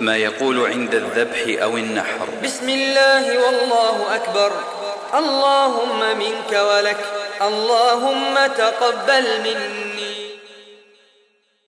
ما يقول عند الذبح أو النحر بسم الله والله أكبر اللهم منك ولك اللهم تقبل منا